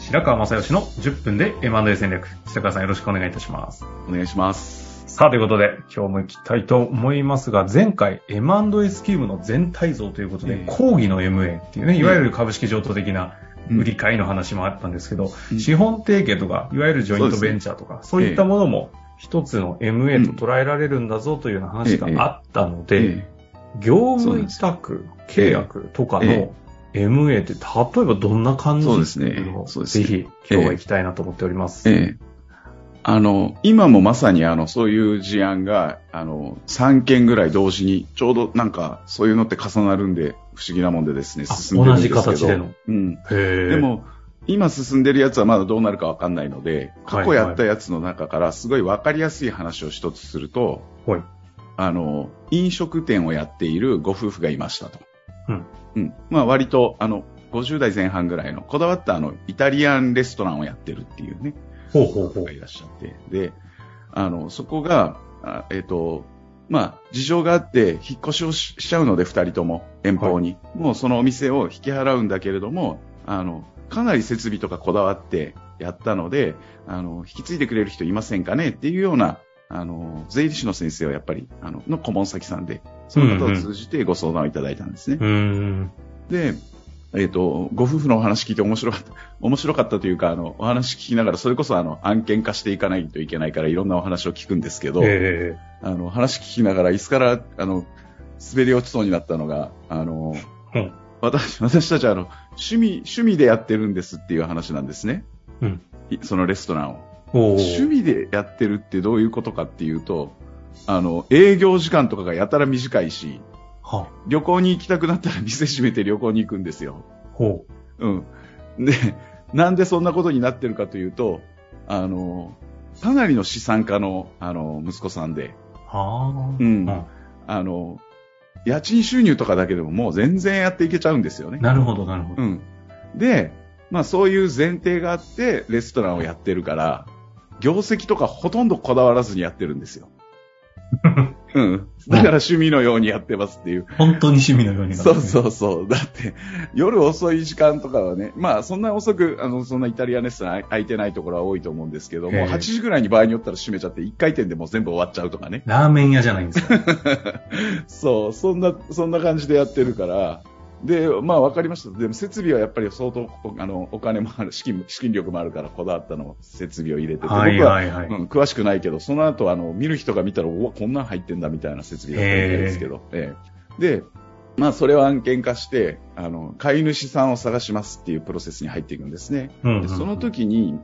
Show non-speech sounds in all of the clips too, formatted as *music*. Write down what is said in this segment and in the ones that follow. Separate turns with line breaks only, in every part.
白川正義の10分で M&A 戦略。白川さんよろしくお願いいたします。
お願いします。
さあ、ということで、今日も行きたいと思いますが、前回 M&A スキームの全体像ということ
え
で
え、
講義の MA っていうね、いわゆる株式譲渡的な
うん
売り買いの話もあったんですけど、
うん
資本提携とか、いわゆるジョイントベンチャーとか、そういったものも一つの MA と捉えられるんだぞというような話が
ええ
あったので、業務委託契約とかの
え
MA って例えばどんな感じ
そうですね
っていうのを
そうです
ぜ
ね
ひ今日は行きたいなと思っております。
ええええあの、今もまさにあの、そういう事案が、あの、3件ぐらい同時に、ちょうどなんか、そういうのって重なるんで、不思議なもんでですね、
あ
進んでるんですけど。
同じ形での。
うん。
へー
で、も、今進んでるやつはまだどうなるかわかんないので、過去や
は
っ
いは
たやつの中から、すごいわかりやすい話を一つすると、
はい
あの、飲食店をやっているご夫婦がいましたと。
うん。
うん。まあ割と、あの、50代前半ぐらいの、こだわったあの、イタリアンレストランをやってるっていうね、
ほうほうほう
が。いらっしゃって、で、あの、そこが、あえっ、と、まあ、事情があって、引っ越しをししちゃうので、二人とも、遠方に、もうそのお店を引き払うんだけれども、あの、かなり設備とかこだわってやったので、あの、引き継いでくれる人いませんかねっていうような、あの、税理士の先生はやっぱり、あの、の顧問先さんで、その方を通じてご相談をいただいたんですね。
うーん。
で、えっ、と、ご夫婦のお話聞いて面白かった、 *laughs* 面白かったというか、あの、お話聞きながら、それこそあの、案件化していかないといけないから、いろんなお話を聞くんですけど、
え
あの、話聞きながら、椅子から、あの、滑り落ちそうになったのが、あの、
うん
私、私たちはあの、趣味、趣味でやってるんですっていう話なんですね。
うん
いそのレストランを。
ー、おー
趣味でやってるってどういうことかっていうと、あの、営業時間とかがやたら短いし、
は
旅行に行きたくなったら店閉めて旅行に行くんですよ。
ほう。
うん。で、なんでそんなことになってるかというと、あの、かなりの資産家の、あの、息子さんで、
は
う
ー
ん。あの、家賃収入とかだけでももう全然やっていけちゃうんですよね。
なるほど、なるほど。
うん。で、まあそういう前提があって、レストランをやってるから、業績とかほとんどこだわらずにやってるんで
*laughs*
すよ。うん。だから趣味のようにやってますっていう。
本当に趣味のようにな
そう
う。
そうそう。だって、夜遅い時間とかはね、まあそんな遅く、あの、そんなイタリアンレストラン空いてないところは多いと思うんですけど
へ
も、
え
8時ぐらいに場合によったら閉めちゃって、1回転でもう全部終わっちゃうとかね。
ラーメン屋じゃないんですか。
そう、そんな、そんな感じでやってるから、で、まあ分かりました。でも設備はやっぱり相当、おあの、お金もある、資金も、資金力もあるからこだわったの、設備を入れてて、
はい
僕は
はいはい。
うん、詳しくないけど、その後あの見る人が見たら、うわこんなん入ってんだみたいな設備だったみたいですけど、ええで、まあ、それを案件化してあの、飼い主さんを探しますっていうプロセスに入っていくんですね。
うんうんう
で
ん
その、時に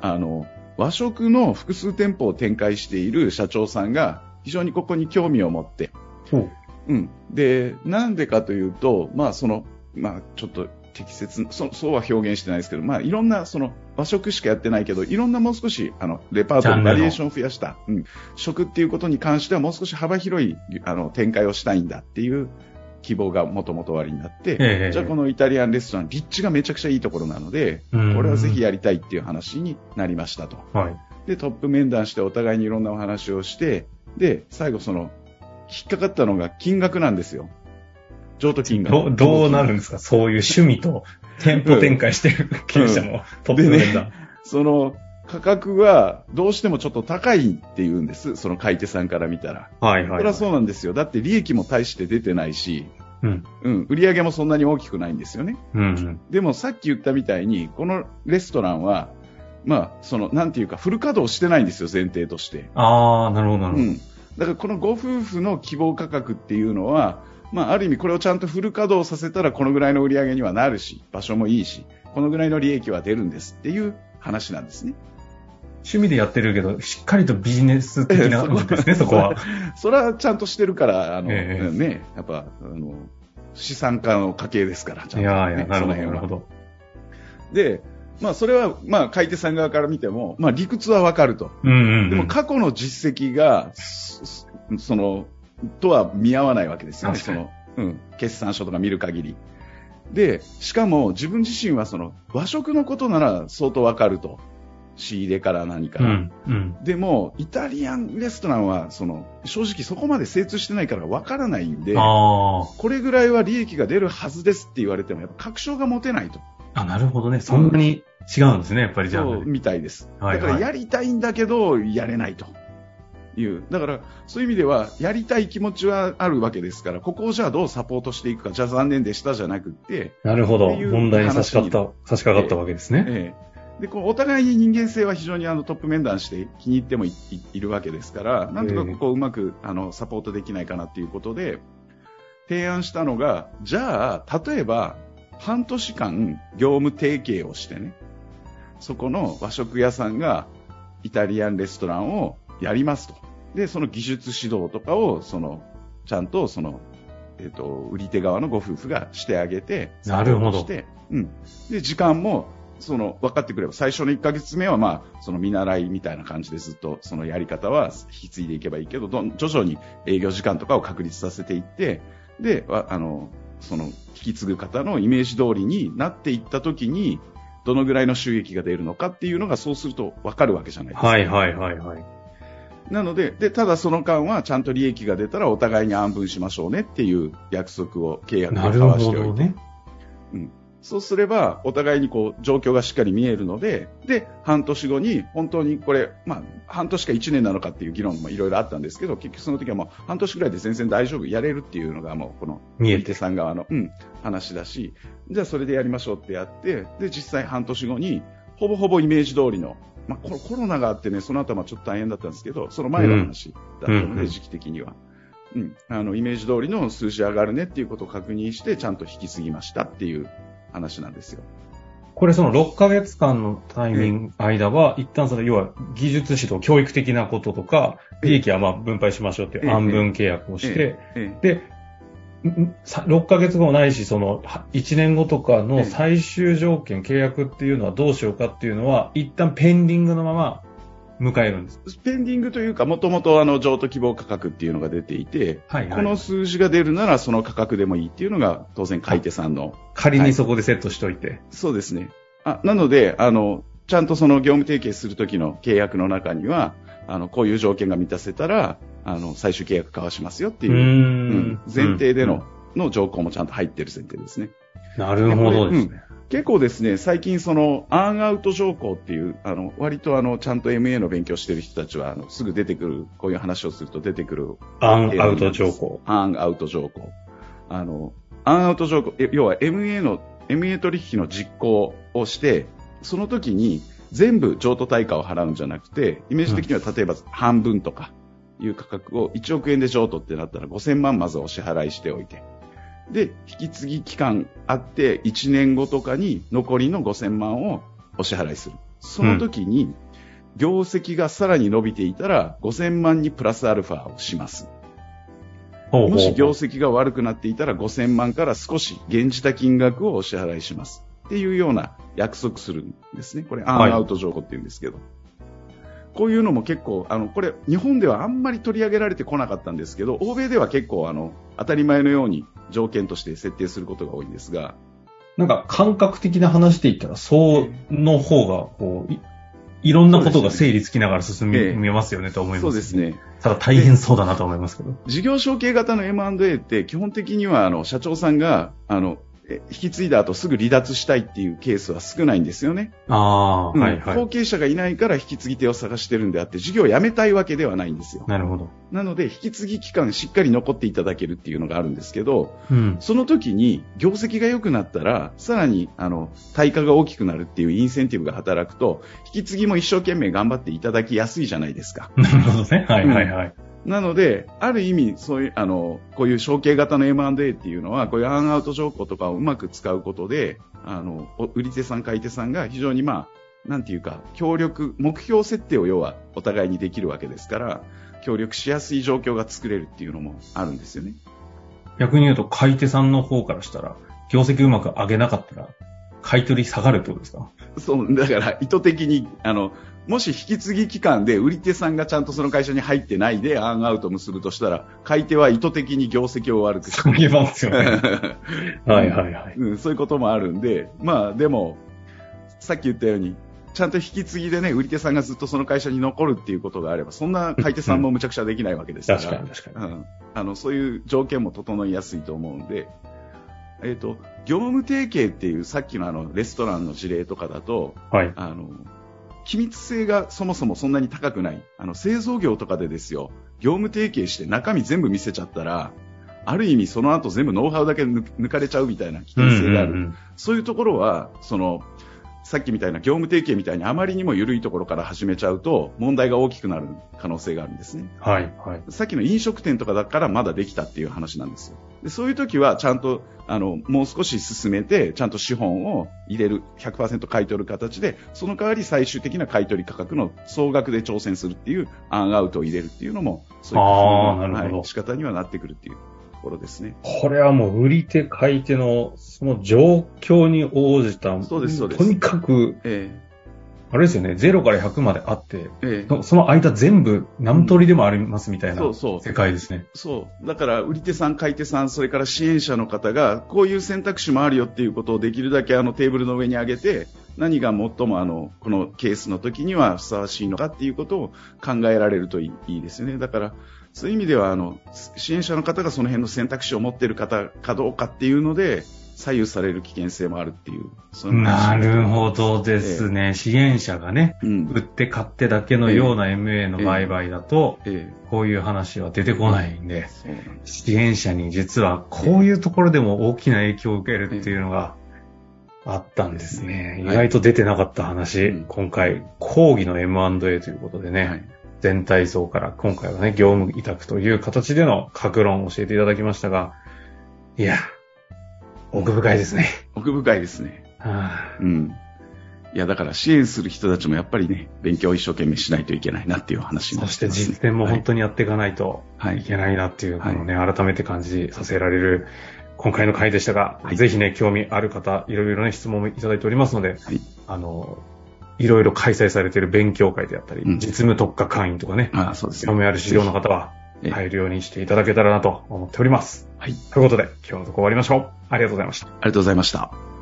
あの和食の複数店舗を展開している社長さんが非常にここに興味を持って、
ほう
うん、でなんでかというと、まあそのまあ、ちょっと適切なそそうは表現してないですけど、まあ、いろんなその和食しかやってないけどいろんなもう少しあのレパートリ
ジャンル
ー
の
バリエーションを増やした、うん、食っていうことに関してはもう少し幅広いあの展開をしたいんだっていう希望がもともと終わりになって、
ええ
じゃあこのイタリアンレストラン立地がめちゃくちゃいいところなので
うん
これはぜひやりたいっていう話になりましたと。
はい。
で、トップ面談してお互いにいろんなお話をして、で、最後その、引っかかったのが金額なんですよ。譲渡金
ど
額。
どうなるんですかそういう趣味と店舗展開してる経営者のトップメンバー。
その、価格はどうしてもちょっと高いって言うんです。その買い手さんから見たら。
はい
そ
はいは。
れはいそうなんですよ。だって利益も大して出てないし、
うん。
うん、売り上げもそんなに大きくないんですよね。
うんうん。
でもさっき言ったみたいに、このレストランは、まあ、その、なんていうか、フル稼働してないんですよ、前提として。
ああ、なるほどなるほ
う
ど。
ん、だからこのご夫婦の希望価格っていうのは、まあ、ある意味これをちゃんとフル稼働させたらこのぐらいの売り上げにはなるし場所もいいしこのぐらいの利益は出るんですっていう話なんですね。
趣味でやってるけど、しっかりとビジネス
*laughs*
的なことですね、そこは。
それはちゃんとしてるからあの、
ええ
ね、やっぱあの資産家の家系ですからちゃん
い
とね、
やいや、なるほど、
その辺
な
は
るほど。
でまあ、それは、まあ、買い手さん側から見ても、まあ、理屈はわかると。
うんうんうん
でも、過去の実績が、そその、とは見合わないわけですよね。
確か
そ
に
の、うん、決算書とか見る限り。で、しかも、自分自身は、その、和食のことなら相当わかると。仕入れから何か
う
ら。
んうん。
でも、イタリアンレストランは、その、正直そこまで精通してないからわからないんで、
あー
これぐらいは利益が出るはずですって言われても、やっぱ確証が持てないと。
あ、なるほどね。そんなに違うんですね、やっぱりじゃあ。
そうみたいです。
はいはい
だからやりたいんだけど、やれないという。だから、そういう意味では、やりたい気持ちはあるわけですから、ここをじゃあどうサポートしていくか、じゃあ残念でしたじゃなくって、
なるほど。
っていう
問題に差し掛かった、差し掛かったわけですね。
ええでこうお互いに人間性は非常にあのトップ面談して気に入ってもいいいるわけですから、なんとかここをうまくあのサポートできないかなということで、提案したのが、じゃあ、例えば、半年間業務提携をしてね、そこの和食屋さんがイタリアンレストランをやりますと。で、その技術指導とかを、その、ちゃんと、その、えっ、と、売り手側のご夫婦がしてあげて、
なるほど
サポートして、うん。で、時間も、その、分かってくれば、最初の1ヶ月目は、まあ、その見習いみたいな感じでずっと、そのやり方は引き継いでいけばいいけど、どん徐々に営業時間とかを確立させていって、で、わあの、その、引き継ぐ方のイメージ通りになっていった時に、どのぐらいの収益が出るのかっていうのがそうすると分かるわけじゃないですか。
はいはいはいはい。
なので、で、ただその間はちゃんと利益が出たらお互いに安分しましょうねっていう約束を、契約を
なる
交わし
ほ
ておい
ど
て。
ね。
そうすれば、お互いにこう、状況がしっかり見えるので、で、半年後に、本当にこれ、まあ、半年か1年なのかっていう議論もいろいろあったんですけど、結局その時はもう、半年ぐらいで全然大丈夫、やれるっていうのがもう、この、
見え
手
て。
さん側の、うん、話だし、じゃあそれでやりましょうってやって、で、実際半年後に、ほぼほぼイメージ通りの、まあ、コロコロナがあってね、その後はまあちょっと大変だったんですけど、その前の話だった
うんうん
の
うん
で、時期的には。うん、あの、イメージ通りの数字上がるねっていうことを確認して、ちゃんと引き継ぎましたっていう話なんですよ。
これその6ヶ月間のタイミング、間は、一旦その、要は技術指導、教育的なこととか、
ええ
利益はまあ分配しましょうっていう
ええ
安分契約をして、
え
で、んんさ6ヶ月後ないし、その、は1年後とか
え
の
え
最終条件、契約っていうのはどうしようかっていうのは、一旦ペンディングのまま迎えるんです。
え、スペンディングというか、もともとあの、譲渡希望価格っていうのが出ていて、
はいは
この
い。
数字が出るならその価格でもいいっていうのが、当然買い手さんの
仮にそこでセットしといて。
そうですね。あなので、あの、ちゃんとその業務提携するときの契約の中には、あの、こういう条件が満たせたら、あの、最終契約交わしますよって
うー
いう、うん
ん。
前提での、の条項もちゃんと入ってる前提ですね。
うん。なるほどですね。
結構ですね、最近その、アンアウト条項っていう、あの、割とあの、ちゃんと MA の勉強してる人たちは、あの、すぐ出てくる、こういう話をすると出てくる
アンアウト条項。
アンアウト条項。あの、アンアウト条項、え要は MA の、MA 取引の実行をして、その時に全部譲渡対価を払うんじゃなくて、イメージ的には例えば半分とかいう価格を1億円で譲渡ってなったら5000万まずお支払いしておいて、で、引き継ぎ期間あって1年後とかに残りの5000万をお支払いする。その時に、業績がさらに伸びていたら5000万にプラスアルファをします。
ほうほ
も
う
し
ほ
業
う。
績が悪くなっていたら5000万から少し減じた金額をお支払いします。っていうような約束するんですね。これ、ア
はい
ンアウト情報って言うんですけど。こういうのも結構、あの、これ、日本ではあんまり取り上げられてこなかったんですけど、欧米では結構、あの、当たり前のように条件として設定することが多いんですが、
なんか感覚的な話で言ったら、そうの方が、こう、いいろんなことが整理つきながら進み、
ええ
見えますよねと思います。
そうです。ね。
ただ大変そうだなと思いますけど。
事業承継型の M&A って基本的にはあの社長さんがあのえ引き継いだ後すぐ離脱したいっていうケースは少ないんですよね。
ああ、
うん
はいは
後
い。
継者がいないから引き継ぎ手を探してるんであって、事業を辞めたいわけではないんですよ。
なるほど。
なので、引き継ぎ期間しっかり残っていただけるっていうのがあるんですけど、
うん。
その時に業績が良くなったら、さらに、あの、対価が大きくなるっていうインセンティブが働くと、引き継ぎも一生懸命頑張っていただきやすいじゃないですか。
なるほどね。はいはいはい。
なので、ある意味、そういう、あの、こういう承継型の M&A っていうのは、こういうアンアウト条項とかをうまく使うことで、あの、お売り手さん、買い手さんが非常にまあ、なんていうか、協力、目標設定を要はお互いにできるわけですから、協力しやすい状況が作れるっていうのもあるんですよね。
逆に言うと、買い手さんの方からしたら、業績うまく上げなかったら、買い取り下がるってことですか
そう、だから意図的に、あの、もし引き継ぎ期間で売り手さんがちゃんとその会社に入ってないでアンアウト結ぶとしたら、買い手は意図的に業績を悪くす
下げますよね。
る。
*laughs* はいはいはい。
うん、そういうこともあるんで、まあでも、さっき言ったように、ちゃんと引き継ぎでね、売り手さんがずっとその会社に残るっていうことがあれば、そんな買い手さんもむちゃくちゃできないわけですから、
確かに確かに。
うん、あのそういう条件も整いやすいと思うんで、えー、と業務提携っていうさっきのあのレストランの事例とかだと
はい。
あの機密性がそもそもそんなに高くないあの製造業とかでですよ業務提携して中身全部見せちゃったらある意味その後全部ノウハウだけ抜抜かれちゃうみたいな危険性がある、
うんうんうん
そういうところはそのさっきみたいな業務提携みたいにあまりにも緩いところから始めちゃうと問題が大きくなる可能性があるんですね。
はいはい。
さっきの飲食店とかだからまだできたっていう話なんですよ。でそういう時はちゃんとあのもう少し進めてちゃんと資本を入れる100%買い取る形でその代わり最終的な買い取り価格の総額で挑戦するっていうアンアウトを入れるっていうのもそういった
あーなるほど
はい仕方にはなってくるっていうところですね。
これはもう売り手買い手のその状況に応じた、
そうですそうで
と
す
にかく、
え
あれですよね、0から100まであって、
えええ
のその間全部何通りでもありますみたいな
そうそう
世界ですね。
そう。だから、売り手さん、買い手さん、それから支援者の方が、こういう選択肢もあるよっていうことをできるだけあのテーブルの上に上げて、何が最もあの、このケースの時にはふさわしいのかっていうことを考えられるといいいいですよね。だから、そういう意味では、あの、支援者の方がその辺の選択肢を持っている方かどうかっていうので、左右される危険性もあるっていう、そん
な
話
るほどですね。支援者がね、
うん。
売って買ってだけのような MA の
ええ
売買だと、
ええ
こういう話は出てこないんで、
そうなんです
支援者に実はこういうところでも大きな影響を受けるっていうのがあったんですね。
え
意
え
外と出てなかった話、
うん
今回、講義の M&A ということでね、
はい
全体像から今回はね、業務委託という形での格論を教えていただきましたが、いや、奥深いですね。
奥深いですね。
はあ
うん。いや、だから支援する人たちもやっぱりね、勉強を一生懸命しないといけないなっていう話にな
そ
って
して
ますね
実践も本当にやっていかないと
はい
いけないなっていうのをね、改めて感じさせられる今回の回でしたが、
はい
ぜひね、興味ある方、いろいろね、質問もいただいておりますので、
はい
あの、いろいろ開催されている勉強会であったり、
うん
実務特化会員とかね、
はい、あそうです
興味ある資料の方は
ええ
入るようにしていただけたらなと思っております。
はい。
ということで、今日のとこ終わりましょう。ありがとうございました。
ありがとうございました。